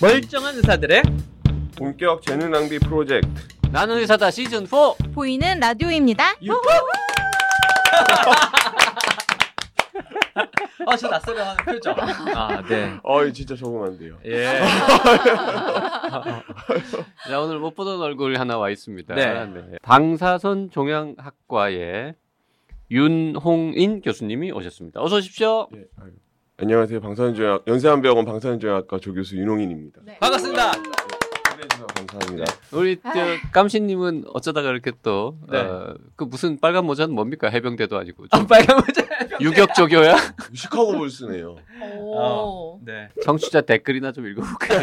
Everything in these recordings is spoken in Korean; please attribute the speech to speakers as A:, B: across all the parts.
A: 멀쩡한 의사들의
B: 본격 재능 낭비 프로젝트.
C: 나는 의사다 시즌 4.
D: 보이는 라디오입니다.
A: 아저 그렇죠. 낯설어 하는 표정.
C: 아, 네.
B: 어이 진짜 적응 안 돼요.
C: 예. 자, 오늘 못 보던 얼굴 하나 와 있습니다.
A: 네.
C: 방사선 종양학과의 윤홍인 교수님이 오셨습니다. 어서 오십시오.
B: 예, 아유. 안녕하세요. 방사선조약 연세한병원 방사선조약과 조교수 윤홍인입니다.
D: 네.
A: 네. 반갑습니다.
B: 초대해주셔서 감사합니다.
C: 우리 저 깜신님은 어쩌다가 이렇게 또 그
A: 아. 네.
C: 무슨 빨간 모자는 뭡니까 해병대도 아니고
A: 아, 빨간 모자.
C: 유격조교야
B: 시카고 불스네요.
D: 오.
A: 네.
C: 청취자 댓글이나 좀 읽어볼까요?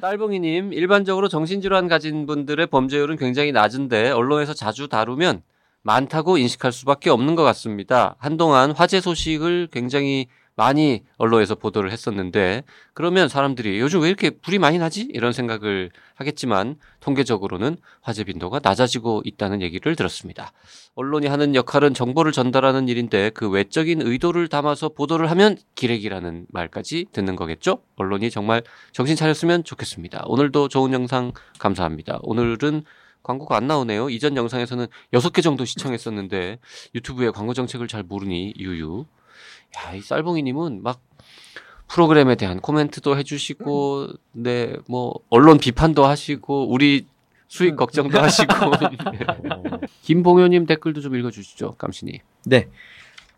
C: 딸봉이님 일반적으로 정신질환 가진 분들의 범죄율은 굉장히 낮은데 언론에서 자주 다루면 많다고 인식할 수밖에 없는 것 같습니다. 한동안 화제 소식을 굉장히 많이 언론에서 보도를 했었는데 그러면 사람들이 요즘 왜 이렇게 불이 많이 나지? 이런 생각을 하겠지만 통계적으로는 화재 빈도가 낮아지고 있다는 얘기를 들었습니다. 언론이 하는 역할은 정보를 전달하는 일인데 그 외적인 의도를 담아서 보도를 하면 기레기라는 말까지 듣는 거겠죠? 언론이 정말 정신 차렸으면 좋겠습니다. 오늘도 좋은 영상 감사합니다. 오늘은 광고가 안 나오네요. 이전 영상에서는 6개 정도 시청했었는데 유튜브에 광고 정책을 잘 모르니 유유. 야, 이 쌀봉이님은 막 프로그램에 대한 코멘트도 해주시고, 네, 뭐, 언론 비판도 하시고, 우리 수익 걱정도 하시고. 네. 김봉효님 댓글도 좀 읽어주시죠, 깜신이.
A: 음.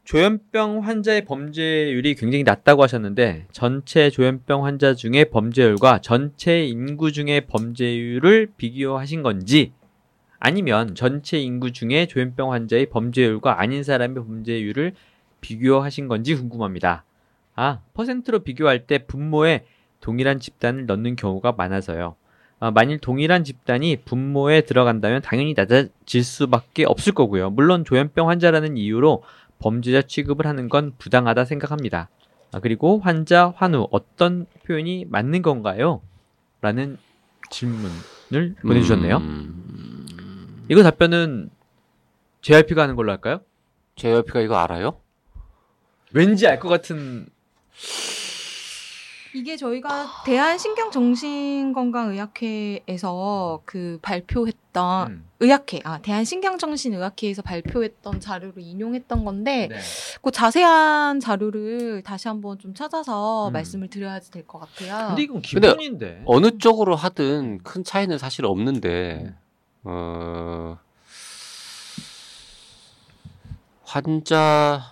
A: 조현병 환자의 범죄율이 굉장히 낮다고 하셨는데 전체 조현병 환자 중의 범죄율과 전체 인구 중의 범죄율을 비교하신 건지 아니면 전체 인구 중에 조현병 환자의 범죄율과 아닌 사람의 범죄율을 비교하신 건지 궁금합니다. 아, 퍼센트로 비교할 때 분모에 동일한 집단을 넣는 경우가 많아서요. 아, 만일 동일한 집단이 분모에 들어간다면 당연히 낮아질 수밖에 없을 거고요. 물론 조현병 환자라는 이유로 범죄자 취급을 하는 건 부당하다 생각합니다. 아, 그리고 환자 환우 어떤 표현이 맞는 건가요? 라는 질문을 보내주셨네요.
C: 음,
A: 이거 답변은 JRP가 하는 걸로 할까요?
C: JYP가 이거 알아요?
A: 왠지 알 것 같은
D: 이게 저희가 대한신경정신건강의학회에서 그 발표했던
A: 음.
D: 의학회, 아 대한신경정신의학회에서 발표했던 자료를 인용했던 건데
A: 네.
D: 그 자세한 자료를 다시 한번 좀 찾아서
A: 음.
D: 말씀을 드려야지 될 것 같아요.
A: 근데 이건
C: 근데
A: 기본인데.
C: 어느 쪽으로 하든 큰 차이는 사실
A: 네.
C: 없는데, 어, 환자,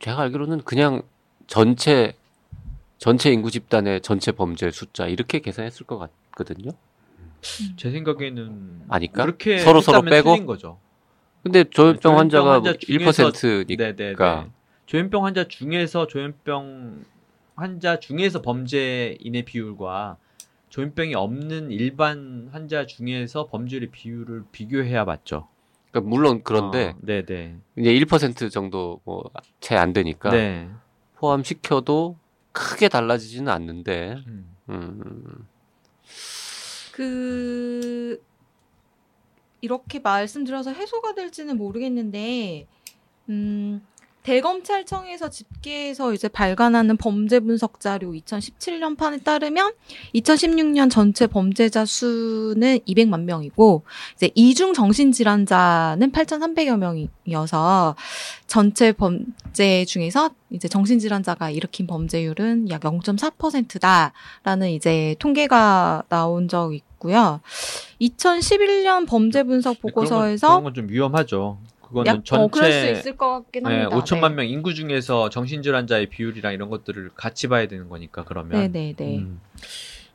C: 제가 알기로는 그냥 전체, 전체 인구 집단의 전체 범죄 숫자 이렇게 계산했을 것 같거든요.
A: 제 생각에는
C: 아니까?
A: 그렇게
C: 서로 서로
A: 했다면
C: 빼고?
A: 틀린 거죠.
C: 근데
A: 조현병
C: 조현병 환자가 뭐
A: 환자 중에서
C: 1%니까.
A: 네네.
C: 그러니까.
A: 조현병 환자 중에서 조현병 환자 중에서 범죄인의 비율과 조현병이 없는 일반 환자 중에서 범죄율의 비율을 비교해야 맞죠.
C: 그러니까 물론 그런데
A: 네. 어, 네네.
C: 이제 1% 정도 뭐채 안 되니까
A: 네.
C: 포함시켜도 크게 달라지지는 않는데
A: 음.
C: 음,
D: 그 이렇게 말씀드려서 해소가 될지는 모르겠는데 음 대검찰청에서 집계해서 이제 발간하는 범죄 분석 자료 2017년 판에 따르면 2016년 전체 범죄자 수는 200만 명이고 이제 이중 정신 질환자는 8,300여 명이어서 전체 범죄 중에서 이제 정신 질환자가 일으킨 범죄율은 약 0.4%다. 라는 이제 통계가 나온 적 있고요. 2011년 범죄 분석
A: 네, 그런
D: 보고서에서
A: 건 좀 위험하죠. 그거는
D: 약
A: 전체
D: 어, 그럴 수 있을 것 같긴
A: 네,
D: 합니다.
A: 5천만 명 인구 중에서 정신질환자의 비율이랑 이런 것들을 같이 봐야 되는 거니까 그러면.
D: 네, 네, 네.
A: 음.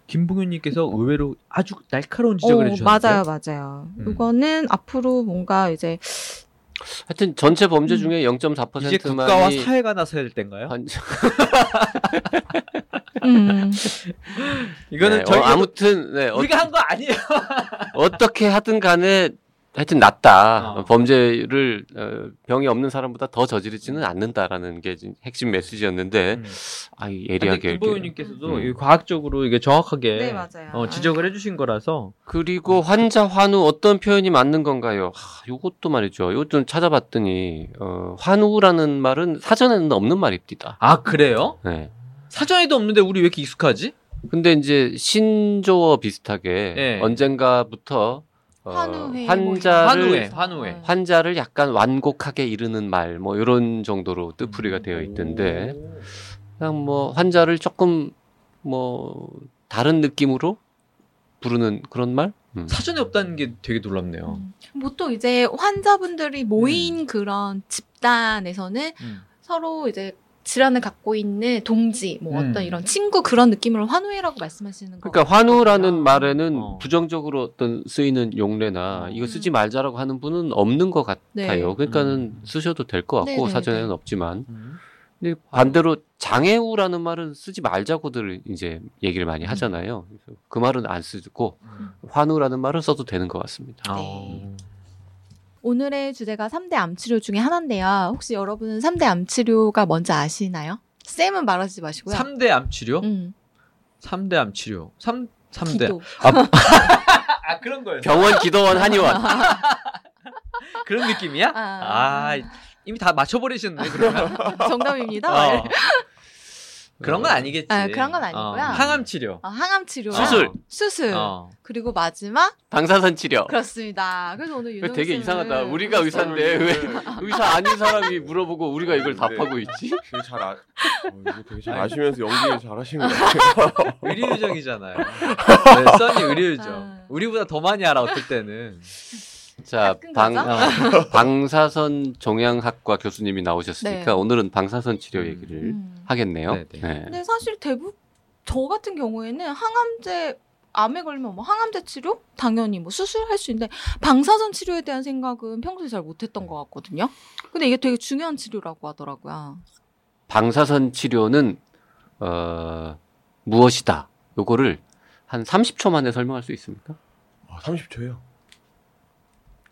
A: 김봉현님께서 의외로 아주 날카로운 지적을
D: 어,
A: 해주셨는데.
D: 맞아요, 맞아요.
A: 음.
D: 이거는 앞으로 뭔가 이제
C: 하여튼 전체 범죄
D: 음.
C: 중에
A: 이제 국가와
C: 0.4%만이
A: 사회가 나서야 될 때인가요?
C: 아,
D: 음,
A: 이거는
C: 네,
A: 저희
C: 어, 아무튼 네, 어,
A: 우리가 한 거 아니에요.
C: 어떻게 하든 간에 하여튼 낮다.
A: 어.
C: 범죄를 어, 병이 없는 사람보다 더 저지르지는 않는다라는 게 지금 핵심 메시지였는데
A: 음.
C: 아
A: 근데
C: 예리하게
A: 김보윤님께서도
C: 음.
A: 과학적으로 이게 정확하게
D: 네, 맞아요.
A: 어, 지적을 해주신 거라서
C: 그리고 환자 환우 어떤 표현이 맞는 건가요? 하, 요것도 말이죠. 요것 좀 찾아봤더니 어, 환우라는 말은 사전에는 없는 말입니다.
A: 아 그래요?
C: 네.
A: 사전에도 없는데 우리 왜 이렇게 익숙하지?
C: 근데 이제 신조어 비슷하게
A: 네.
C: 언젠가부터 어,
D: 환우회 뭐
C: 환자를
A: 환우회 환우회
D: 어.
C: 환자를 약간 완곡하게 이르는 말 뭐 이런 정도로 뜻풀이가
A: 음.
C: 되어 있던데 그냥 뭐 환자를 조금 뭐 다른 느낌으로 부르는 그런 말? 음.
A: 사전에 없다는 게 되게 놀랍네요.
D: 음. 보통 이제 환자분들이 모인 그런 집단에서는
A: 음.
D: 서로 이제 질환을 갖고 있는 동지, 뭐
A: 음.
D: 어떤 이런 친구 그런 느낌으로 환우회라고 말씀하시는 거.
C: 그러니까 환우라는
D: 아.
C: 말에는
A: 어.
C: 부정적으로 어떤 쓰이는 용례나 이거
D: 음.
C: 쓰지 말자라고 하는 분은 없는 것
D: 네.
C: 같아요. 그러니까는
A: 음.
C: 쓰셔도 될 것 같고
D: 네네네.
C: 사전에는 없지만
A: 음.
D: 네.
C: 근데 반대로 장애우라는 말은 쓰지 말자고들 이제 얘기를 많이
D: 음.
C: 하잖아요. 그래서 그 말은 안 쓰고 환우라는 말은 써도 되는 것 같습니다.
A: 아.
D: 네. 오늘의 주제가 3대 암 치료 중에 하나인데요. 혹시 여러분은 3대 암 치료가 뭔지 아시나요? 쌤은 말하지 마시고요.
A: 3대 암 치료?
D: 음,
A: 삼 3대 암 치료. 3
C: 네.
A: 3대.
D: 기도.
A: 아 그런 거예요.
C: 병원, 기도원, 한의원.
A: 그런 느낌이야? 아,
D: 아.
A: 이미 다 맞춰 버리셨네. 그러면.
D: 정답입니다.
A: 어. 그런 건 아니겠지.
D: 네. 아, 그런 건 아니고요. 네.
A: 어, 항암 치료.
D: 아, 항암 치료.
C: 수술.
D: 수술.
A: 어.
D: 그리고 마지막
C: 방사선 치료.
D: 그렇습니다. 음. 그래서 오늘 네.
C: 왜
D: 윤호
C: 되게
D: 쌤은
C: 이상하다. 우리가 의사인데 왜 의사 아닌 사람이 물어보고 우리가 이걸 답하고 있지?
B: 되게 네. 잘 아, 어, 이거 되게 잘 아시면서 연기를 잘 하신 것 같아요.
A: 의료유적이잖아요. 네, 써니 의료유적.
D: 아.
A: 우리보다 더 많이 알아 어떨 때는.
C: 자,
D: 가끔
C: 방,
D: 가죠?
A: 어.
C: 방사선 종양학과 교수님이 나오셨으니까
D: 네.
C: 오늘은 방사선 치료 얘기를
D: 음.
C: 하겠네요.
A: 네, 네.
C: 네.
D: 근데 사실 대부분 저 같은 경우에는 항암제 암에 걸리면 뭐 항암제 치료 당연히 뭐 수술할 수 있는데 방사선 치료에 대한 생각은 평소에 잘 못했던 것 같거든요. 근데 이게 되게 중요한 치료라고 하더라고요.
C: 방사선 치료는 어, 무엇이다. 요거를 한 30초 만에 설명할 수 있습니까?
B: 아, 30초요.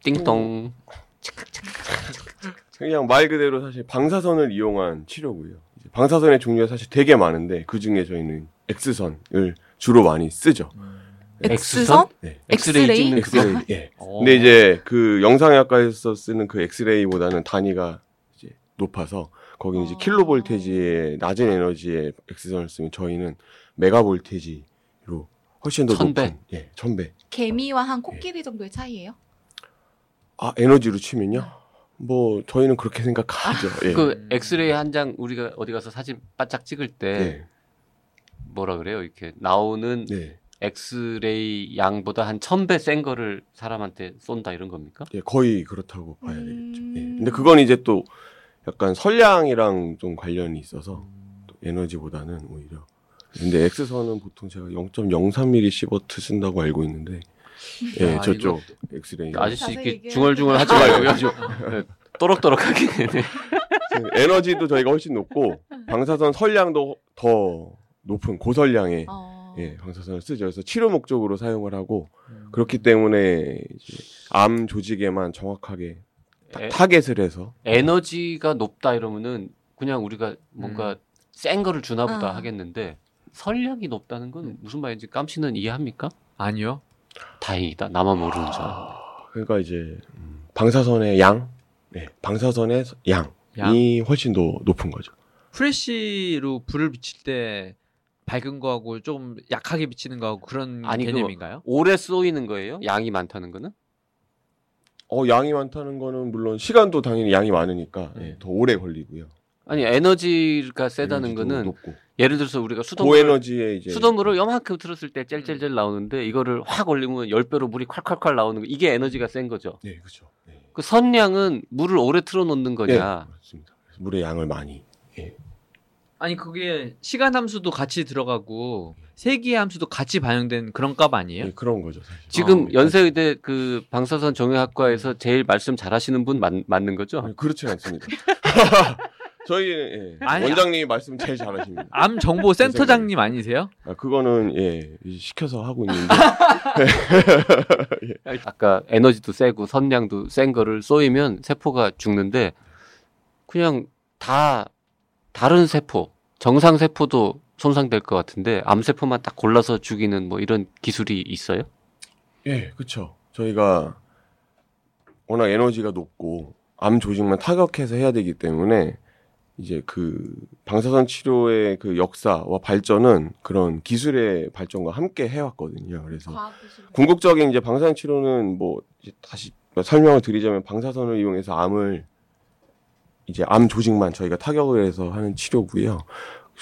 C: 띵동.
B: 그냥 말 그대로 사실 방사선을 이용한 치료고요. 이제 방사선의 종류가 사실 되게 많은데 그 중에 저희는 X선을 주로 많이 쓰죠.
C: 음. 엑스선?
B: 네.
C: 엑스레이
D: 엑스레이?
C: 찍는 그거.
B: 엑스레이. 예.
A: 어.
C: 어.
B: 근데
C: 네.
B: 이제 그 영상의학과에서 쓰는 그 엑스레이보다는 단위가 이제 높아서 거기는 이제
D: 어.
B: 킬로볼테지의 낮은 에너지의 X선을 쓰면 저희는 메가볼테지로 훨씬 더
C: 천 배.
B: 높은 예, 천 배.
D: 개미와 한 코끼리 정도의 차이예요.
B: 아, 에너지로 치면요? 뭐 저희는 그렇게 생각하죠. 예.
C: 그 엑스레이 한 장 우리가 어디 가서 사진 바짝 찍을 때
B: 예.
C: 뭐라 그래요? 이렇게 나오는
B: 네.
C: 엑스레이 양보다 한 천 배 센 거를 사람한테 쏜다 이런 겁니까?
B: 예, 거의 그렇다고 봐야 되겠죠. 예.
D: 음.
B: 근데 그건 이제 또 약간 설량이랑 좀 관련이 있어서 또 에너지보다는 오히려. 근데 X선은 보통 제가 0.03mm 시버트 쓴다고 알고 있는데,
C: 네,
B: 예,
A: 아,
B: 저쪽 엑스레이.
C: 아저씨
D: 자세히
C: 이렇게
D: 얘기해야
C: 중얼중얼 하지 말고요. 아주 네, 또록또록하게. 네.
B: 에너지도 저희가 훨씬 높고 방사선 설량도 더 높은 고설량의
D: 어.
B: 예, 방사선을 쓰죠. 그래서 치료 목적으로 사용을 하고 그렇기 때문에 이제 암 조직에만 정확하게 딱
C: 에-
B: 타겟을 해서
C: 에너지가 높다 이러면은 그냥 우리가
B: 음.
C: 뭔가 센 거를 주나 보다
D: 어.
C: 하겠는데 설량이 높다는
B: 음.
C: 건 무슨 말인지 깜씨는 이해합니까?
A: 아니요.
C: 다행이다. 나만
B: 아.
C: 모르는 줄 알았는데.
B: 그러니까 이제 음, 방사선의 양, 네, 방사선의 서- 양이
A: 양.
B: 훨씬 더 높은 거죠.
A: 프레쉬로 불을 비칠 때 밝은 거하고 좀 약하게 비치는 거하고 그런
C: 아니, 그거-
A: 개념인가요?
C: 오래 쏘이는 거예요? 양이 많다는 거는?
B: 어, 양이 많다는 거는 물론 시간도 당연히 양이 많으니까
A: 음.
B: 예, 더 오래 걸리고요.
C: 아니 에너지가 세다는
B: 에너지도
C: 거는
B: 높고
C: 예를 들어서 우리가 수돗물
B: 고에너지에 음. 이제
C: 수돗물을 요만큼 틀었을 때 젤젤젤 나오는데 이거를 확 올리면 열배로 물이 콸콸콸 나오는 거 이게 에너지가 센 거죠.
B: 네, 그렇죠. 네.
C: 그 선량은 물을 오래 틀어 놓는 거냐.
B: 네, 그렇습니다. 그래서 물의 양을 많이
A: 아니 그게 시간 함수도 같이 들어가고 세기의 함수도 같이 반영된 그런 값 아니에요?
B: 예, 그런 거죠. 사실.
C: 지금
B: 어,
C: 연세의대 그 방사선 정형학과에서 제일 말씀 잘하시는 분 맞, 맞는 거죠?
B: 아니, 그렇지 않습니다. 저희는 예,
A: 아니,
B: 원장님이 말씀 제일 잘하십니다.
A: 암 정보 센터장님 아니세요?
B: 아, 그거는 예 시켜서 하고 있는데
C: 아까 에너지도 세고 선량도 센 거를 쏘이면 세포가 죽는데 그냥 다 다른 세포 정상 세포도 손상될 것 같은데 암 세포만 딱 골라서 죽이는 뭐 이런 기술이 있어요?
B: 예 그렇죠. 저희가 워낙 에너지가 높고 암 조직만 타격해서 해야 되기 때문에 이제 그 방사선 치료의 그 역사와 발전은 그런 기술의 발전과 함께 해왔거든요. 그래서
D: 과학기술.
B: 궁극적인 이제 방사선 치료는 뭐 이제 다시 설명을 드리자면 방사선을 이용해서 암을 이제 암 조직만 저희가 타격을 해서 하는 치료고요.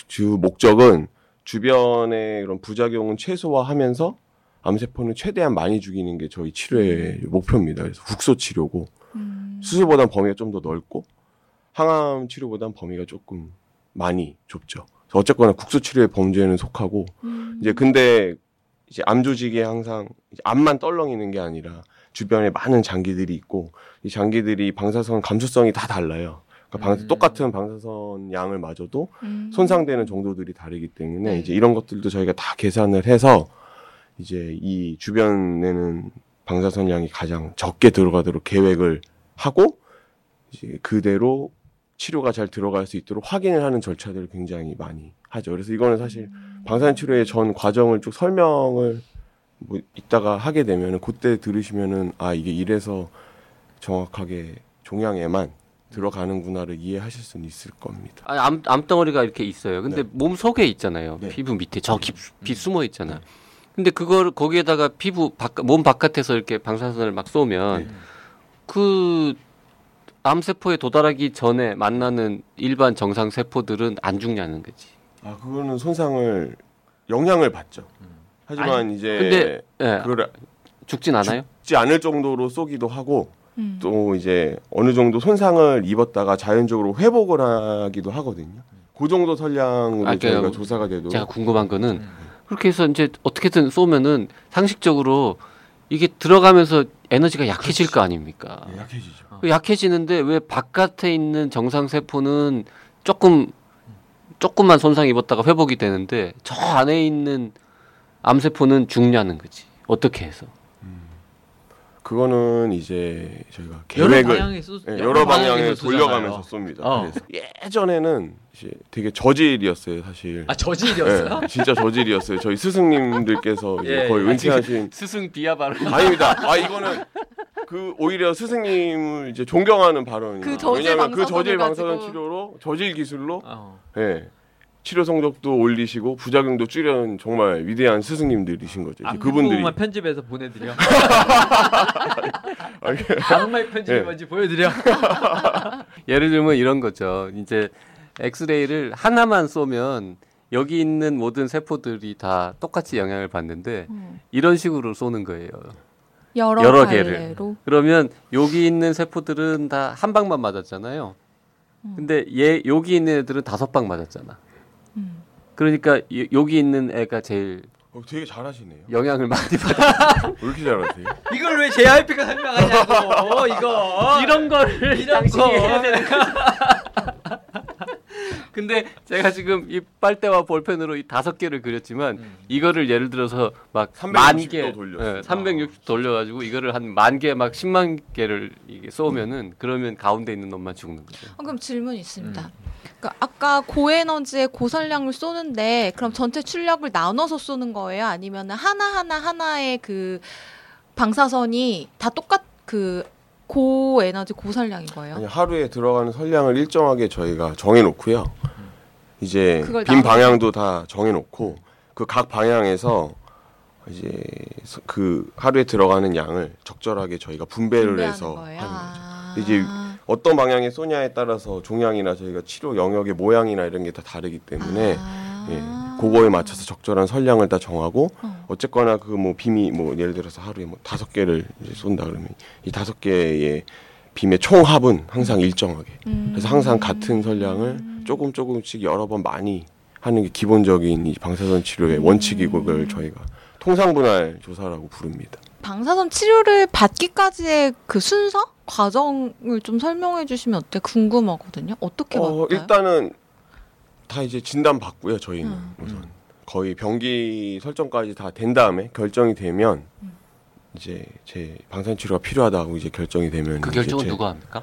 B: 주 목적은 주변의 그런 부작용은 최소화하면서 암세포는 최대한 많이 죽이는 게 저희 치료의 목표입니다. 그래서 국소 치료고
D: 음.
B: 수술보단 범위가 좀 더 넓고 항암 치료보단 범위가 조금 많이 좁죠. 그래서 어쨌거나 국소 치료의 범죄에는 속하고
D: 음.
B: 이제 근데 이제 암 조직이 항상 이제 암만 떨렁이는 게 아니라 주변에 많은 장기들이 있고 이 장기들이 방사선 감수성이 다 달라요. 그러니까 방-
A: 음.
B: 똑같은 방사선 양을 맞아도
D: 음.
B: 손상되는 정도들이 다르기 때문에
D: 네.
B: 이제 이런 것들도 저희가 다 계산을 해서 이제 이 주변에는 방사선 양이 가장 적게 들어가도록 계획을 하고 이제 그대로 치료가 잘 들어갈 수 있도록 확인을 하는 절차들을 굉장히 많이 하죠. 그래서 이거는 사실 방사선 치료의 전 과정을 쭉 설명을 뭐 이따가 하게 되면은 그때 들으시면은 아 이게 이래서 정확하게 종양에만 들어가는구나를 이해하실 수는 있을 겁니다.
C: 아니, 암, 암덩어리가 이렇게 있어요. 근데 몸 속에 있잖아요.
B: 네. 음.
C: 피부 밑에 저 깊, 깊 숨어 있잖아. 요 근데 그걸 거기에다가 피부 바깥, 몸 바깥에서 이렇게 방사선을 막 쏘면
B: 네.
C: 그 암세포에 도달하기 전에 만나는 일반 정상 세포들은 안 죽냐는 거지.
B: 아 그거는 손상을 영향을 받죠. 하지만 이제
C: 근데- 예,
B: 그걸
C: 죽진 않아요?
B: 죽지 않을 정도로 쏘기도 하고
D: 음.
B: 또 이제 어느 정도 손상을 입었다가 자연적으로 회복을 하기도 하거든요. 그 정도 선량으로
C: 아, 그러니까
B: 저희가 조사가 돼도
C: 제가 궁금한
B: 음,
C: 거는 그렇게 해서 이제 어떻게든 쏘면은 상식적으로 이게 들어가면서 에너지가 약해질 거 아닙니까?
B: 예, 약해지죠.
C: 그 약해지는데 왜 바깥에 있는 정상 세포는 조금 조금만 손상 입었다가 회복이 되는데 저 안에 있는 암 세포는 죽냐는 거지. 어떻게 해서?
B: 그거는 이제 저희가
A: 여러
B: 계획을
A: 방향에서
B: 예, 여러
A: 쏘잖아요.
B: 방향에 돌려가면서 쏩니다.
A: 어.
B: 그래서 예전에는 이제 되게 저질이었어요, 사실.
A: 아 저질이었어요?
B: 예, 진짜 저질이었어요. 저희 스승님들께서 이제
A: 예,
B: 거의
A: 예.
B: 은퇴하신
C: 스승 비하 발언.
B: 아닙니다. 아 이거는 그 오히려 스승님을 이제 존경하는 발언이에요.
D: 그 저질
B: 왜냐하면 그
D: 방사선을
B: 저질 방사선
D: 가지고.
B: 치료로 저질 기술로
A: 어.
B: 예, 치료 성적도 올리시고 부작용도 줄여는 정말 위대한 스승님들이신 거죠. 이제
A: 암
B: 그분들이
A: 아, 부분만 편집해서 보내드려.
B: 아, 이게-
A: 악마의 편집이
B: 예.
A: 뭔지 보여드려.
C: 예를 들면 이런 거죠. 이제 엑스레이를 하나만 쏘면 여기 있는 모든 세포들이 다 똑같이 영향을 받는데
D: 음.
C: 이런 식으로 쏘는 거예요.
D: 여러,
C: 여러 개를.
D: 개를. 로
C: 그러면 여기 있는 세포들은 다 한 방만 맞았잖아요. 근데 얘 여기 있는 애들은 다섯 방 맞았잖아.
D: 음.
C: 그러니까 이- 여기 있는 애가 제일
B: 어, 되게 잘하시네요.
C: 영향을 많이 받아.
B: 왜 이렇게 잘하세요?
A: 이걸 왜 JYP가 설명하냐고 어, 이거.
C: 이런 거를
A: 이런 거.
C: 근데 제가 지금 이 빨대와 볼펜으로 이 다섯 개를 그렸지만
A: 음.
C: 이거를 예를 들어서 막
B: 360도
C: 만 개,
B: 돌렸어요.
C: 360 돌려가지고 이거를 한 만 개 막 10만 개를 이게
A: 음.
C: 쏘면은 그러면 가운데 있는 놈만 죽는 거죠.
D: 아, 그럼 질문 있습니다. 그러니까 아까 고에너지의 고선량을 쏘는데 그럼 전체 출력을 나눠서 쏘는 거예요? 아니면 하나하나 하나의 그 방사선이 다 똑같 그 고에너지 고선량인 거예요?
B: 아니 하루에 들어가는 선량을 일정하게 저희가 정해놓고요. 이제
D: 그걸
B: 빈
D: 나눠서?
B: 방향도 다 정해놓고 그 각 방향에서 이제 서- 그 하루에 들어가는 양을 적절하게 저희가 분배를
D: 분배하는
B: 해서
D: 거예요?
B: 하는 거죠.
D: 아.
B: 이제 어떤 방향에 쏘냐에 따라서 종양이나 저희가 치료 영역의 모양이나 이런 게 다 다르기 때문에
D: 아.
B: 예, 그거에 맞춰서 적절한 선량을 다 정하고
D: 어.
B: 어쨌거나 그 뭐 빔이 뭐 예를 들어서 하루에 뭐 다섯 개를 이제 쏜다 그러면 이 다섯 개의 빔의 총합은 항상 일정하게
D: 음.
B: 그래서 항상 같은 선량을 조금 조금씩 여러 번 많이 하는 게 기본적인 이 방사선 치료의 원칙이고
D: 음.
B: 그걸 저희가 통상 분할 조사라고 부릅니다.
D: 방사선 치료를 받기까지의 그 순서? 과정을 좀 설명해 주시면 어때? 궁금하거든요. 어떻게
B: 어,
D: 맞나요?
B: 일단은 다 이제 진단 받고요 저희는
D: 음.
B: 우선 거의 병기 설정까지 다 된 다음에 결정이 되면
D: 음.
B: 이제 제 방사선 치료가 필요하다고 이제 결정이 되면
C: 그
B: 이제
C: 결정은
B: 제-
C: 누가 합니까?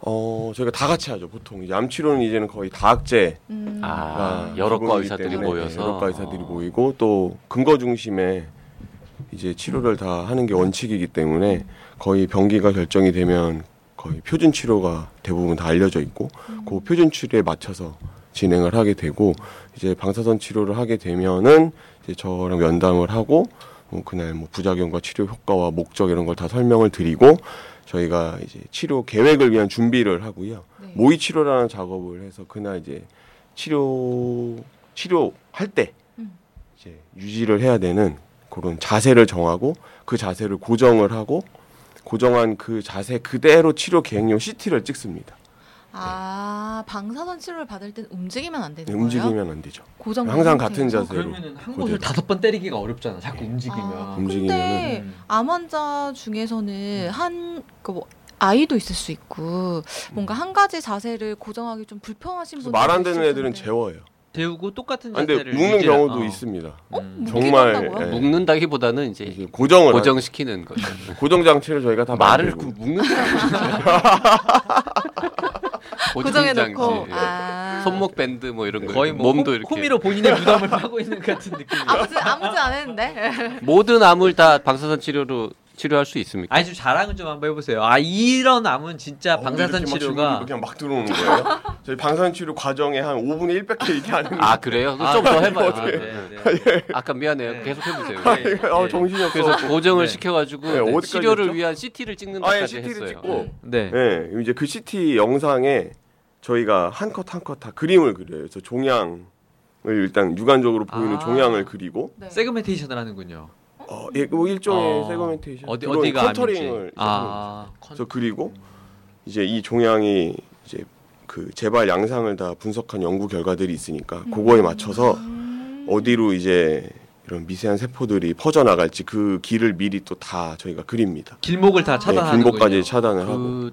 B: 어 저희가 다 같이 하죠 보통 이제 암 치료는 이제는 거의 다학제
D: 음.
C: 아, 여러 과 의사들이 모여서.
B: 네, 예, 여러 과 의사들이 모이고 또 근거 중심에 이제 치료를 다 하는 게 원칙이기 때문에 거의 병기가 결정이 되면 거의 표준 치료가 대부분 다 알려져 있고 그 표준 치료에 맞춰서 진행을 하게 되고 이제 방사선 치료를 하게 되면은 이제 저랑 면담을 하고 뭐 그날 뭐 부작용과 치료 효과와 목적 이런 걸 다 설명을 드리고 저희가 이제 치료 계획을 위한 준비를 하고요.
D: 네.
C: 뭐-
B: 모의 치료라는 작업을 해서 그날 이제 치료 치료할 때
D: 음.
B: 이제 유지를 해야 되는 그런 자세를 정하고 그 자세를 고정을 하고 고정한 그 자세 그대로 치료 계획용 CT를 찍습니다.
D: 아, 방사선 치료를 받을 땐 움직이면 안 되는
B: 네,
D: 거예요?
B: 움직이면 안 되죠.
D: 고정
B: 항상 같은
D: 상태에서?
B: 자세로.
A: 그러면은 한
B: 그대로.
A: 곳을 다섯 번 때리기가 어렵잖아. 자꾸
B: 예.
A: 움직이면.
D: 아,
B: 움직이면은. 음.
D: 근데
C: 음.
D: 암 환자 중에서는 한그뭐 아이도 있을 수 있고 뭔가 한 가지 자세를 고정하기 좀 불편하신 분들
B: 음. 말 안 되는 애들은 재워요.
A: 재우고 똑같은
B: 아, 근데
A: 자세를
B: 묵는
A: 유지를-
B: 경우도
C: 어.
B: 있습니다.
D: 어?
A: 음.
D: 묶기도
B: 정말,
D: 한다고요?
B: 예.
C: 묶는다기보다는 이제
B: 이제 고정을 고정
C: 고정시키는 거죠.
B: 고정 장치를 저희가 다
C: 말을 그
B: 만들고.
C: 묶는다.
D: 고정해놓고
C: 고정장치. 예.
D: 아.
C: 손목 밴드 뭐 이런 거
A: 거의 뭐
C: 몸도
A: 홈-
C: 이렇게
A: 호미로 본인의 부담을 하고 있는 같은 느낌이야.
D: 아무튼 아무튼 안 했는데
C: 모든 암을 다 방사선 치료로 치료할 수 있습니까?
A: 아니 좀 자랑을 좀 한번 해보세요. 아 이런 암은 진짜
B: 어,
A: 방사선
B: 이렇게 막
A: 치료가
B: 질문이 그냥 막 들어오는 거예요. 저희 방사선 치료 과정에 한 5분의 1밖에 얘기 안 했는데.
C: 아 그래요? 좀 더 해봐요.
A: 아,
C: 아,
A: 네, 네.
C: 까 미안해요.
A: 네.
C: 계속 해보세요.
A: 아, 예.
B: 이거, 어,
A: 예.
B: 정신이 없어.
C: 그래서 고정을
A: 네.
C: 시켜가지고
B: 네, 어디까지
C: 치료를
B: 했죠?
C: 위한 CT를 찍는
B: 아, 예,
C: 데까지
B: CT 를
C: 했어요.
B: 찍고.
C: 네.
A: 네.
B: 예, 이제 그 CT 영상에 저희가 한 컷 한 컷 다 그림을 그려요. 그래서 종양을 일단 육안적으로 보이는
A: 아.
B: 종양을 그리고
D: 네.
A: 세그멘테이션을 하는군요.
B: 어, 예, 뭐 일종의
A: 어.
B: 세그멘테이션.
A: 어디
B: 그런
A: 어디가
B: 컨터링을
A: 암인지. 아 컨.
B: 그래서 그리고 이제 이 종양이 이제 그 재발 양상을 다 분석한 연구 결과들이 있으니까 그거에 맞춰서
D: 음.
B: 어디로 이제 이런 미세한 세포들이 퍼져 나갈지 그 길을 미리 또 다 저희가 그립니다.
A: 길목을 다
B: 네,
A: 차단하는
B: 길목까지 차단을 하고
C: 그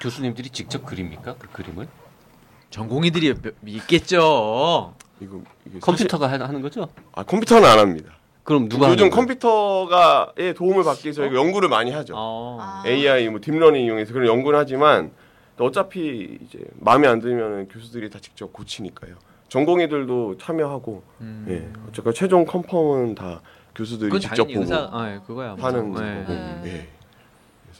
C: 교수님들이 직접 그립니까? 그 그림을?
A: 전공의들이 몇- 있겠죠.
B: 이거 이게 사실-
C: 컴퓨터가 하- 하는 거죠?
B: 아 컴퓨터는 안 합니다.
C: 그럼 누가
B: 요즘
C: 하는 거예요?
B: 컴퓨터가의 도움을 받기 위해서 저희가 연구를 많이 하죠.
A: 어.
D: 아.
B: AI 뭐 딥러닝 이용해서 그런 연구를 하지만 또 어차피 이제 마음에 안 들면 교수들이 다 직접 고치니까요. 전공의들도 참여하고
A: 음.
B: 예, 어쨌건 최종 컨펌은 다 교수들이
A: 그건
B: 직접
A: 당연히
B: 보고
A: 의사, 아, 예, 그거야.
B: 하는
A: 뭐.
B: 거고.
A: 예.
D: 네.
B: 예.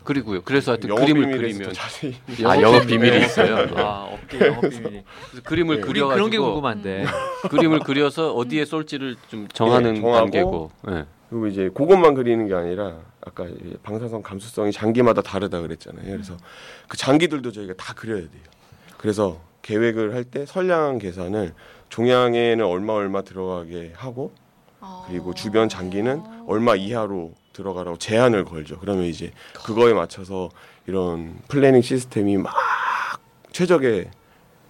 C: 그리고요. 그래서 하여튼
B: 영업
C: 그림을
B: 비밀에서
C: 그리면
B: 더 자세히
C: 아 영업 비밀이 있어요.
A: 아, 업계 영업 비밀이.
C: 그래서 그림을
B: 네.
A: 우리 그런 게
C: 그려가지고
A: 궁금한데. 아,
C: 그림을 그려서 어디에 쏠지를 좀 정하는
B: 예, 정하고.
C: 단계고. 예.
B: 그리고 이제 그것만 그리는 게 아니라 아까 이 방사선 감수성이 장기마다 다르다 그랬잖아요. 그래서 그 장기들도 저희가 다 그려야 돼요. 그래서 계획을 할 때 선량한 계산을 종양에는 얼마 얼마 들어가게 하고
D: 아.
B: 그리고 주변 장기는 얼마 이하로 들어가라고 제한을 걸죠. 그러면 이제 그거에 맞춰서 이런 플래닝 시스템이 막 최적의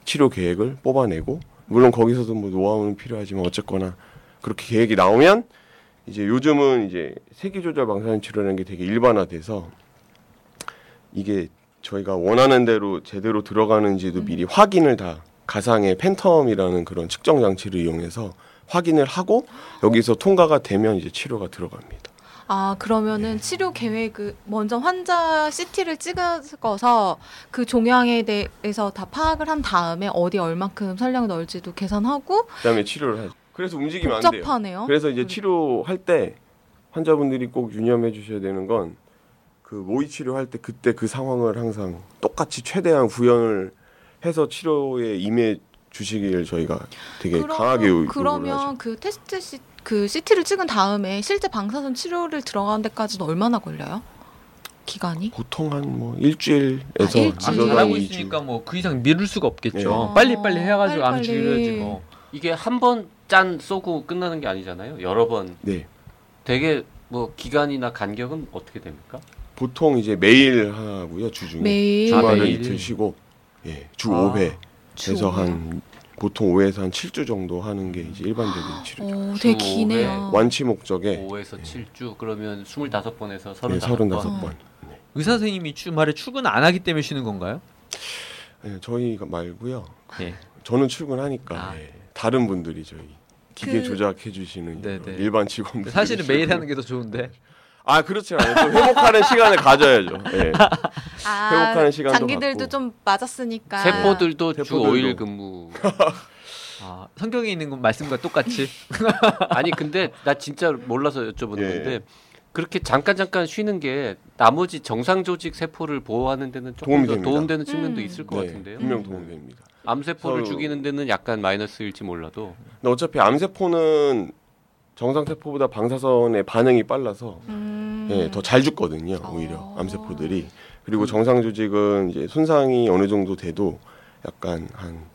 B: 치료 계획을 뽑아내고 물론 거기서도 뭐 노하우는 필요하지만 어쨌거나 그렇게 계획이 나오면 이제 요즘은 이제 세기 조절 방사선 치료라는 게 되게 일반화돼서 이게 저희가 원하는 대로 제대로 들어가는지도
D: 음.
B: 미리 확인을 다 가상의 팬텀이라는 그런 측정 장치를 이용해서 확인을 하고 여기서 통과가 되면 이제 치료가 들어갑니다.
D: 아
B: 네.
D: 그러면은 치료 계획을 먼저 환자 CT를 찍어서 그 종양에 대해서 다 파악을 한 다음에 어디 얼만큼 설량을 넣을지도 계산하고
B: 그다음에 치료를 하죠. 그래서 움직이면 안 돼요.
D: 복잡하네요.
B: 그래서 이제
D: 음.
B: 치료할 때 환자분들이 꼭 유념해 주셔야 되는 건 그 모의 치료할 때 그때 그 상황을 항상 똑같이 최대한 구현을 해서 치료에 임해 주시기를 저희가 되게
D: 그럼-
B: 강하게 요구를 하죠.
D: 그러면 그 테스트 시, 그 CT를 찍은 다음에 실제 방사선 치료를 들어가는 데까지는 얼마나 걸려요? 기간이?
B: 보통 한 뭐 일주일에서
D: 아, 일주일.
A: 아,
D: 지금
A: 잘하고
D: 이
A: 있으니까 뭐 그 이상 미룰 수가 없겠죠.
D: 예.
B: 네.
A: 빨리 빨리 해가지고 암
D: 빨리빨리.
A: 치료해야지 뭐.
C: 이게 한 번 짠 쏘고 끝나는 게 아니잖아요. 여러 번.
B: 네.
C: 되게 뭐 기간이나 간격은 어떻게 됩니까?
B: 보통 이제 매일 하고요 주중에
D: 매일
A: 아,
B: 주말은
A: 매일.
B: 이틀 쉬고 예, 주
A: 아.
B: 5회
D: 주
B: 그래서
D: 오일?
B: 한 보통 5회에서 한 7주 정도 하는 게 이제 일반적인 치료.
D: 오,
C: 주
D: 되게
C: 오일.
D: 기네요.
B: 완치 목적에 예,
C: 5에서 7주 그러면 25번에서
B: 네,
C: 35번.
B: 35번. 네.
A: 의사 선생님이 주말에 출근 안 하기 때문에 쉬는 건가요?
B: 예, 저희가 말고요.
A: 예.
B: 저는 출근하니까
A: 아.
B: 예, 다른 분들이 저희 기계
D: 그-
B: 조작해 주시는
A: 네네. 그
B: 일반 직원분
A: 사실은 매일 하는 게 더 좋은데.
B: 아 그렇지 않아요. 또 회복하는 시간을 가져야죠. 예. 회복하는 시간도
D: 아, 장기들도
B: 갖고.
D: 좀 맞았으니까
C: 세포들도 주
B: 세포들도.
C: 5일 근무.
A: 아, 예. 성경에 있는 건 말씀과 똑같이.
C: 아니 근데 나 진짜 몰라서 여쭤보는
B: 예.
C: 건데 그렇게 잠깐 잠깐 쉬는 게 나머지 정상 조직 세포를 보호하는 데는 조금
B: 도움이
C: 더
B: 됩니다.
C: 도움되는 측면도
D: 음.
C: 있을 것
B: 네,
C: 같은데요.
B: 분명 도움됩니다.
C: 암 세포를
B: 서로-
C: 죽이는 데는 약간 마이너스일지 몰라도
B: 근데 어차피 암세포는 정상 세포보다 방사선의 반응이 빨라서
D: 음.
B: 예, 더 잘 죽거든요.
D: 아.
B: 오히려 암세포들이 그리고 정상 조직은 이제 손상이 어느 정도 돼도 약간 한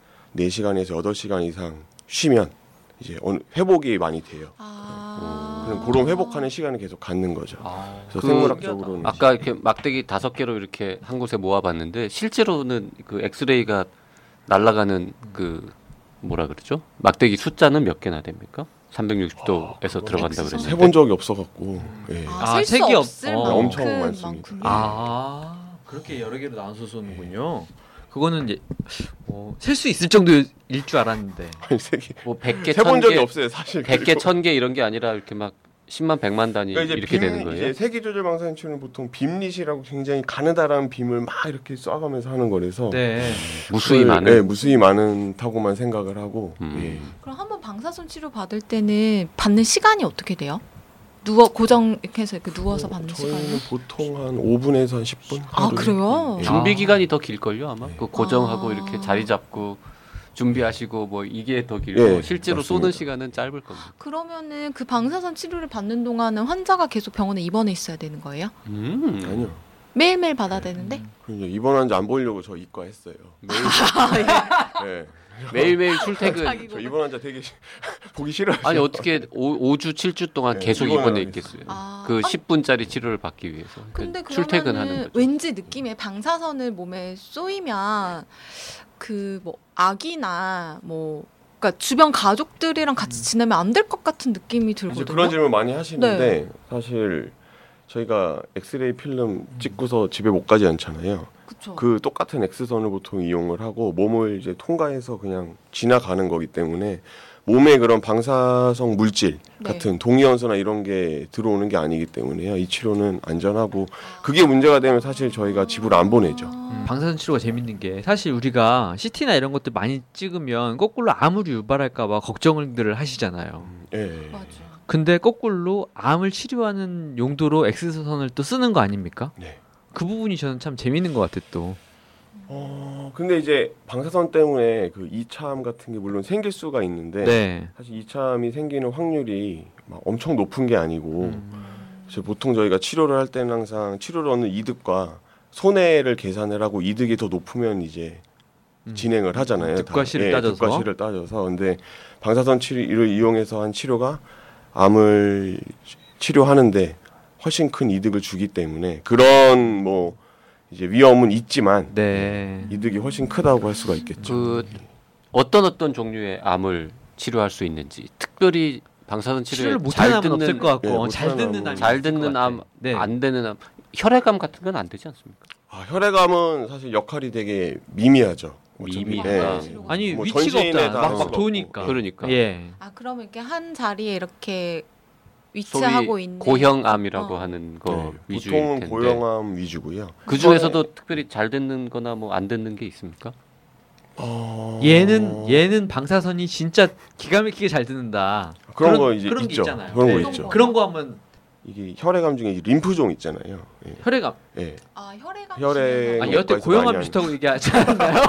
B: 4시간에서 8시간 이상 쉬면 이제 어느- 회복이 많이 돼요.
D: 아.
B: 그럼 그런 회복하는 시간을 계속 갖는 거죠.
A: 아,
B: 그래서
C: 그-
B: 생물학적으로는
C: 아까 이렇게 막대기 다섯 개로 이렇게 한 곳에 모아봤는데 실제로는 그 엑스레이가 날아가는 그 뭐라 그러죠? 막대기 숫자는 몇 개나 됩니다
B: 아,
C: 360도에서 들어간다
D: 엑스선.
C: 그랬는데
B: 해본 적이 없어갖고
C: 음.
B: 예.
D: 아,
A: 아,
D: 셀수
A: 색이 없-
D: 없을
A: 어.
D: 만큼
B: 엄청 많습니다.
D: 많군요.
A: 아, 그렇게 여러 개로 나눠서 쏘는군요. 그거는 이제 어, 셀수 있을 정도일 줄 알았는데.
B: 아니, 세 개-
C: 뭐 100개,
B: 해본 적이
C: 1000개,
B: 없어요, 사실.
C: 100개,
B: 그리고.
C: 1000개 이런 게 아니라 이렇게 막 10만, 100만 단위
B: 그러니까 빔-
C: 이렇게 되는 거예요.
B: 이제 세기조절 방사선 치료는 보통 빔릿이라고 굉장히 가느다란 빔을 막 이렇게 쏴가면서 하는 거라서
A: 네.
C: 무수히
B: 그걸,
C: 많은
B: 예, 무수히 많은 타고만 생각을 하고
C: 음.
B: 예.
D: 그럼 한번 방사선 치료 받을 때는 받는 시간이 어떻게 돼요? 누워 고정 이렇게 해서 이렇게 누워서
B: 어,
D: 받는
B: 저희는
D: 시간이?
B: 보통 한 5분에서 한 10분
D: 아
B: 하루에.
D: 그래요?
B: 예.
A: 아.
C: 준비 기간이 더 길걸요 아마
B: 네.
C: 그 고정하고
D: 아.
C: 이렇게 자리 잡고 준비하시고 뭐 이게 더 길고
B: 예,
C: 실제로
B: 맞습니다.
C: 쏘는 시간은 짧을 겁니다.
D: 그러면은 그 방사선 치료를 받는 동안은 환자가 계속 병원에 입원해 있어야 되는 거예요?
C: 음.
B: 아니요.
D: 매일매일 받아야
B: 네.
D: 되는데?
B: 그럼 이제 입원한지 안 보려고 저 이과 했어요.
C: 매일,
A: 아,
B: 예.
C: 매일매일 출퇴근.
D: 자기-
B: 그 저 입원 환자 되게 시- 보기 싫어요.
C: 아니 어떻게 오, 5주 7주 동안
B: 네,
C: 계속
B: 이거는
C: 입원해
B: 알겠어요.
C: 있겠어요.
D: 아.
C: 그
D: 아.
C: 10분짜리 치료를 받기 위해서.
D: 근데
C: 그러니까 출퇴근하는
D: 그러면은
C: 거죠.
D: 왠지 느낌에 방사선을 몸에 쏘이면 그 뭐 아기나 뭐 그러니까 주변 가족들이랑 같이 지내면 안 될 것 같은 느낌이
B: 음. 이제
D: 들거든요.
B: 그런 질문 많이 하시는데
D: 네.
B: 사실 저희가 엑스레이 필름 찍고서 집에 못 가지 않잖아요.
D: 그쵸.
B: 그 똑같은 X선을 보통 이용을 하고 몸을 이제 통과해서 그냥 지나가는 거기 때문에 몸에 그런 방사성 물질
D: 네.
B: 같은 동위원소나 이런 게 들어오는 게 아니기 때문에요. 이 치료는 안전하고 그게 문제가 되면 사실 저희가 집으로 안 보내죠. 음.
D: 아.
A: 음, 방사선 치료가 재밌는 게 사실 우리가 CT나 이런 것들 많이 찍으면 거꾸로 암을 유발할까봐 걱정들을 하시잖아요.
B: 예.
D: 맞아.
A: 근데 거꾸로 암을 치료하는 용도로 엑스선을 또 쓰는 거 아닙니까?
B: 네.
A: 그 부분이 저는 참 재밌는 것 같아 또.
B: 어, 근데 이제 방사선 때문에 그 이차암 같은 게 물론 생길 수가 있는데
A: 네.
B: 사실 이차암이 생기는 확률이 막 엄청 높은 게 아니고
A: 음.
B: 그래서 보통 저희가 치료를 할 때는 항상 치료를 얻는 이득과 손해를 계산을 하고 이득이 더 높으면 이제
A: 음.
B: 진행을 하잖아요. 다. 예,
A: 득과 실을 따져서.
B: 득과 실을 따져서. 근데 방사선 치료를 이용해서 한 치료가 암을 치- 치료하는데 훨씬 큰 이득을 주기 때문에 그런 뭐 이제 위험은 있지만
A: 네.
B: 이득이 훨씬 크다고 할 수가 있겠죠.
C: 그 어떤 어떤 종류의 암을 치료할 수 있는지 특별히 방사선 치료에
A: 치료를 못하는
C: 잘
A: 암은
C: 듣는
A: 없을 것 같고
B: 예,
A: 어,
B: 못하는
A: 잘 듣는
B: 암은
A: 암이 있을
C: 잘
A: 것
C: 듣는
A: 같아.
C: 암,
A: 네.
C: 안 되는 암, 혈액암 같은 건 안 되지 않습니까?
B: 아, 혈액암은 사실 역할이 되게 미미하죠. 어차피.
C: 미미하다.
B: 예.
A: 아니
B: 뭐
A: 위치가
B: 전신에
A: 없잖아.
B: 다
A: 막막
B: 상관없고.
A: 도니까.
C: 그러니까
A: 예.
D: 아 그러면 이렇게 한 자리에 이렇게
C: 소위
D: 위치하고 있는
C: 고형암이라고
D: 어.
C: 하는
A: 그
C: 거
B: 네,
C: 위주일 텐데
B: 보통은 고형암 위주고요.
C: 그 중에서도 특별히 잘 듣는거나 뭐 안 듣는 게 있습니까?
B: 어...
A: 얘는 얘는 방사선이 진짜 기가 막히게 잘 듣는다.
B: 그런 거 이제
A: 그런 게
B: 있죠.
A: 있잖아요.
B: 그런 거
A: 네.
B: 있죠.
A: 그런 거 하면
B: 이게 혈액암 중에 이제 림프종 있잖아요. 예.
A: 혈액암.
B: 예.
D: 아 혈액암
B: 혈액-
D: 진행하는-
A: 아
B: 네,
A: 여태
B: 여기까지 많이
A: 고형암
B: 안-
A: 비슷하고 얘기하지 않았나요?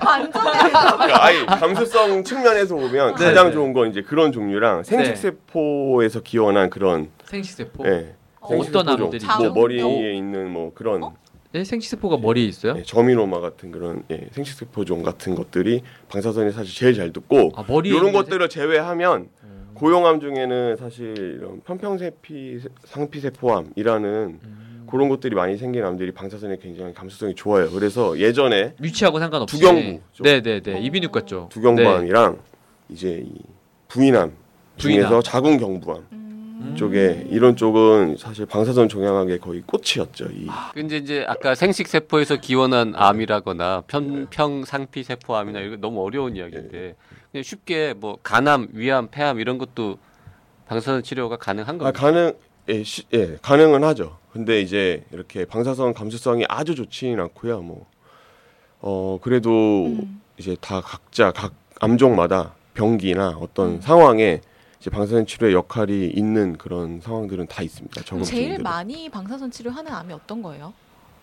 D: 반전 반전이에요.
B: 아니 감수성 측면에서 보면
A: 네,
B: 가장
A: 네.
B: 좋은 건 이제 그런 종류랑 생식세포에서 기원한 그런
A: 생식세포.
B: 예.
A: 어. 어떤
B: 생식세포종.
A: 암들이
B: 뭐
D: 있죠?
B: 머리에 있는 뭐 그런
D: 어?
A: 예, 생식세포가 머리에 있어요?
B: 예, 저미노마 같은 그런 예, 생식세포종 같은 것들이 방사선이 사실 제일 잘 듣고
A: 아 머리에
B: 이런
A: 있는 생-
B: 것들을 제외하면
A: 음.
B: 고형암 중에는 사실 이런 편평세피 상피세포암이라는
A: 음.
B: 그런 것들이 많이 생긴 암들이 방사선에 굉장히 감수성이 좋아요. 그래서 예전에
A: 위치하고 상관없이.
B: 두경부 쪽.
A: 네네네
D: 어.
A: 이비인후과 쪽. 네.
B: 두경부암이랑 이제 이 부인암 중에서
A: 부인암.
B: 자궁경부암
D: 음.
B: 쪽에 이런 쪽은 사실 방사선 종양학의 거의 꽃이었죠. 이
C: 근데 그 이제 아까 생식 세포에서 기원한 암이라거나 편평 상피 세포 암이나 이거 너무 어려운
B: 네.
C: 이야기인데 그냥 쉽게 뭐 간암, 위암, 폐암 이런 것도 방사선 치료가 가능한
B: 아,
C: 겁니다.
B: 가능 예, 시- 예, 가능은 하죠. 근데 이제 이렇게 방사선 감수성이 아주 좋지는 않고요. 뭐 어, 그래도
D: 음.
B: 이제 다 각자 각 암종마다 병기나 어떤 상황에 이제 방사선 치료의 역할이 있는 그런 상황들은 다 있습니다.
D: 제일
B: 적응증들은.
D: 많이 방사선 치료하는 암이 어떤 거예요?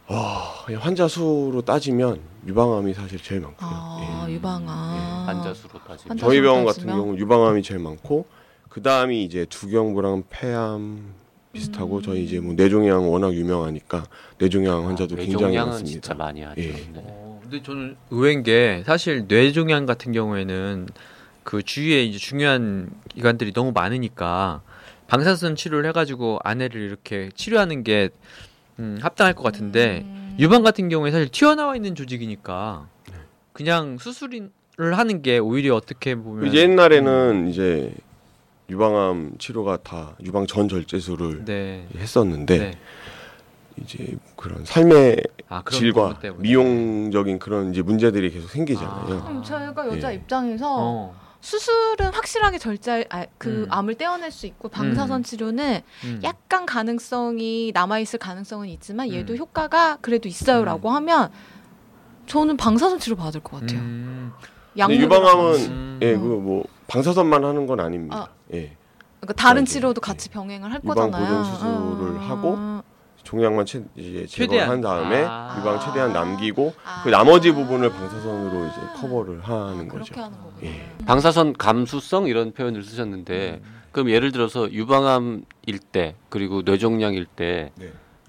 B: 아, 그냥 환자 수로 따지면 유방암이 사실 제일
A: 그,
B: 많고요.
D: 아
B: 예.
D: 유방암.
C: 환자 수로 따지면
D: 환자
B: 저희 병원
D: 수로
B: 같은
D: 따지면?
B: 경우 는 유방암이 제일 많고 그 다음이 이제 두경부랑 폐암 비슷하고
D: 음.
B: 저희 이제 뭐 뇌종양 워낙 유명하니까 뇌종양 환자도 굉장히
C: 아, 뇌종양은
B: 많습니다.
C: 진짜 많이 하죠.
B: 예.
C: 네.
A: 어, 근데 저는 의외인 게 사실 뇌종양 같은 경우에는 그 주위에 이제 중요한 기관들이 너무 많으니까 방사선 치료를 해가지고 아내를 이렇게 치료하는 게 음, 합당할 것 같은데
D: 음.
A: 유방 같은 경우에 사실 튀어나와 있는 조직이니까 그냥 수술을 하는 게 오히려 어떻게 보면
B: 이제 옛날에는 이제 유방암 치료가 다 유방 전 절제술을
A: 네.
B: 했었는데 이제 그런 삶의
A: 아, 그런
B: 질과
A: 부분 때문에.
B: 미용적인 그런 이제 문제들이 계속 생기잖아요.
A: 아.
D: 그럼 저희가 여자
B: 예.
D: 입장에서
A: 어.
D: 수술은 확실하게 절제 아, 그
A: 음.
D: 암을 떼어낼 수 있고 방사선
A: 음.
D: 치료는
A: 음.
D: 약간 가능성이 남아 있을 가능성은 있지만 얘도
A: 음.
D: 효과가 그래도 있어요라고 하면 저는 방사선 치료 받을 것 같아요.
A: 음.
D: 약물을
B: 유방암은
D: 받아서.
A: 음.
B: 예, 그 뭐 방사선만 하는 건 아닙니다. 예.
D: 그러니까 다른
B: 알죠.
D: 치료도
B: 예.
D: 같이 병행을 할
B: 유방
D: 거잖아요. 음.
B: 보존 수술을 하고 종양만 채, 이제
A: 최대한.
B: 제거한 다음에
A: 아.
B: 유방 최대한 남기고
D: 아.
B: 그 나머지 부분을 방사선으로 이제 커버를 하는
D: 아,
B: 거죠.
D: 그렇게 하는 거구나.
B: 예.
C: 방사선 감수성 이런 표현을
A: 네.
C: 쓰셨는데 그럼 예를 들어서 유방암일 때 그리고 뇌종양일 때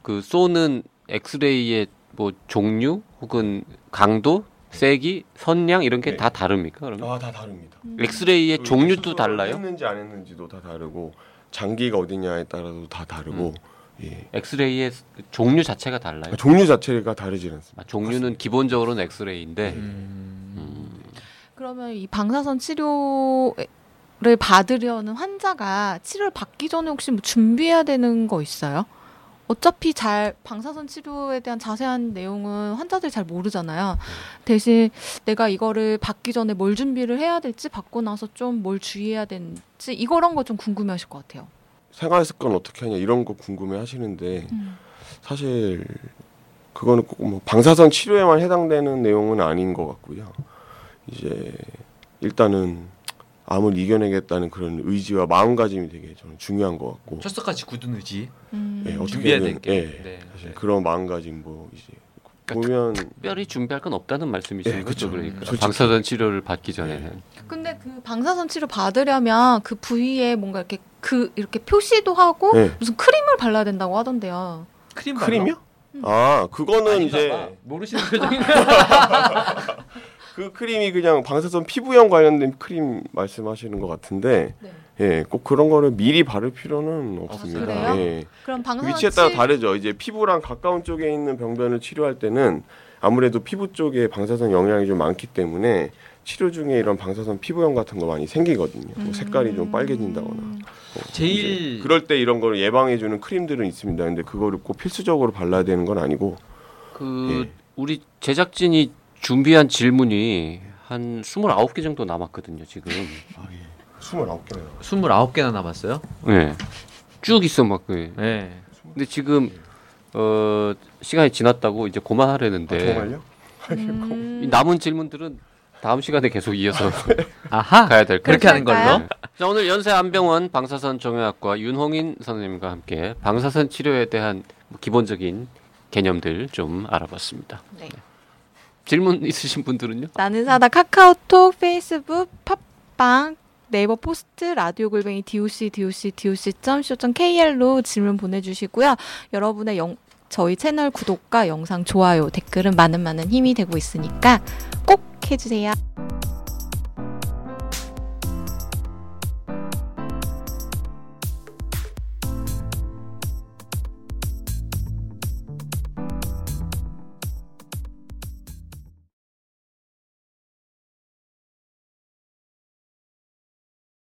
C: 그
B: 네.
C: 쏘는 엑스레이의 뭐 종류 혹은 강도, 세기, 선량 이런 게
B: 네.
C: 다 다릅니까? 그러면
B: 아, 다 다릅니다.
D: 음.
C: 엑스레이의
B: 그
C: 종류도
B: 수술을
C: 달라요?
B: 했는지 안 했는지도 다 다르고 장기가 어디냐에 따라서도 다 다르고
A: 음.
B: 예. 그러니까
C: 엑스레이의 종류 자체가 달라요?
B: 아, 종류 자체가 다르지 않습니다. 네.
C: 아, 종류는 기본적으로는 엑스레이인데
A: 음.
D: 그러면 이 방사선 치료를 받으려는 환자가 치료를 받기 전에 혹시 뭐 준비해야 되는 거 있어요? 어차피 잘 방사선 치료에 대한 자세한 내용은 환자들이 잘 모르잖아요.
B: 네.
D: 대신 내가 이거를 받기 전에 뭘 준비를 해야 될지 받고 나서 좀 뭘 주의해야 되는지 이거란 거 좀 궁금해하실 것 같아요.
B: 생활 습관 어떻게 하냐 이런 거 궁금해 하시는데 사실 그거는 꼭뭐 방사선 치료에만 해당되는 내용은 아닌 것 같고요. 이제 일단은 암을 이겨내겠다는 그런 의지와 마음가짐이 되게 저는 중요한 것 같고
A: 철석같이 굳은 의지
D: 음.
B: 예, 어떻게
A: 준비해야
B: 하면-
A: 될게 네. 그러니까
B: 예, 사실 그런 마음가짐 뭐 이제 보면
A: 그
C: 특별히 준비할 건 없다는 말씀이신
B: 예,
C: 거죠,
B: 그쵸.
C: 그러니까
B: 솔직히. 네.
C: 방사선 치료를 받기 전에는
D: 근데 그 방사선 치료 받으려면 그 부위에 뭔가 이렇게 그 이렇게 표시도 하고
B: 네.
D: 무슨 크림을 발라야 된다고 하던데요.
A: 크림
B: 크림이요? 아 그거는 이제
A: 모르시는 표정이
B: 그 크림이 그냥 방사선 피부염 관련된 크림 말씀하시는 것 같은데
D: 네.
B: 예 꼭 그런 거를 미리 바를 필요는
A: 아,
B: 없습니다.
D: 그래요?
B: 예.
D: 그럼 방사선
B: 위치에 따라
D: 치-
B: 다르죠. 이제 피부랑 가까운 쪽에 있는 병변을 치료할 때는 아무래도 피부 쪽에 방사선 영향이 좀 많기 때문에 치료 중에 이런 방사선 피부염 같은 거 많이 생기거든요. 뭐 색깔이 좀
D: 음.
B: 빨개진다거나. 뭐
A: 제일
B: 이제 그럴 때 이런 걸 예방해 주는 크림들은 있습니다. 근데 그거를 꼭 필수적으로 발라야 되는 건 아니고.
C: 그
B: 예.
C: 우리 제작진이 준비한 질문이 한 29개 정도 남았거든요, 지금.
B: 29개네요.
A: 29개나 남았어요.
C: 예. 쭉 있어 막 그.
A: 예.
C: 근데 지금 어 시간이 지났다고 이제 고만하려는데
B: 아, 정말요?
D: 음.
C: 이 남은 질문들은 다음 시간에 계속 이어서
A: 아하.
C: 가야 될
A: 그렇게
C: 것
A: 하는
D: 그렇게
A: 걸로.
C: 같아요. 자 오늘 연세안병원 방사선 정형외과 윤홍인 선생님과 함께 방사선 치료에 대한 뭐 기본적인 개념들 좀 알아봤습니다.
D: 네.
C: 질문 있으신 분들은요?
D: 나는 사다 카카오톡, 페이스북, 팟빵, 네이버 포스트, 라디오 골뱅이 doc doc doc co kr로 질문 보내주시고요. 여러분의 영, 저희 채널 구독과 영상 좋아요, 댓글은 많은 많은 힘이 되고 있으니까 꼭 해주세요.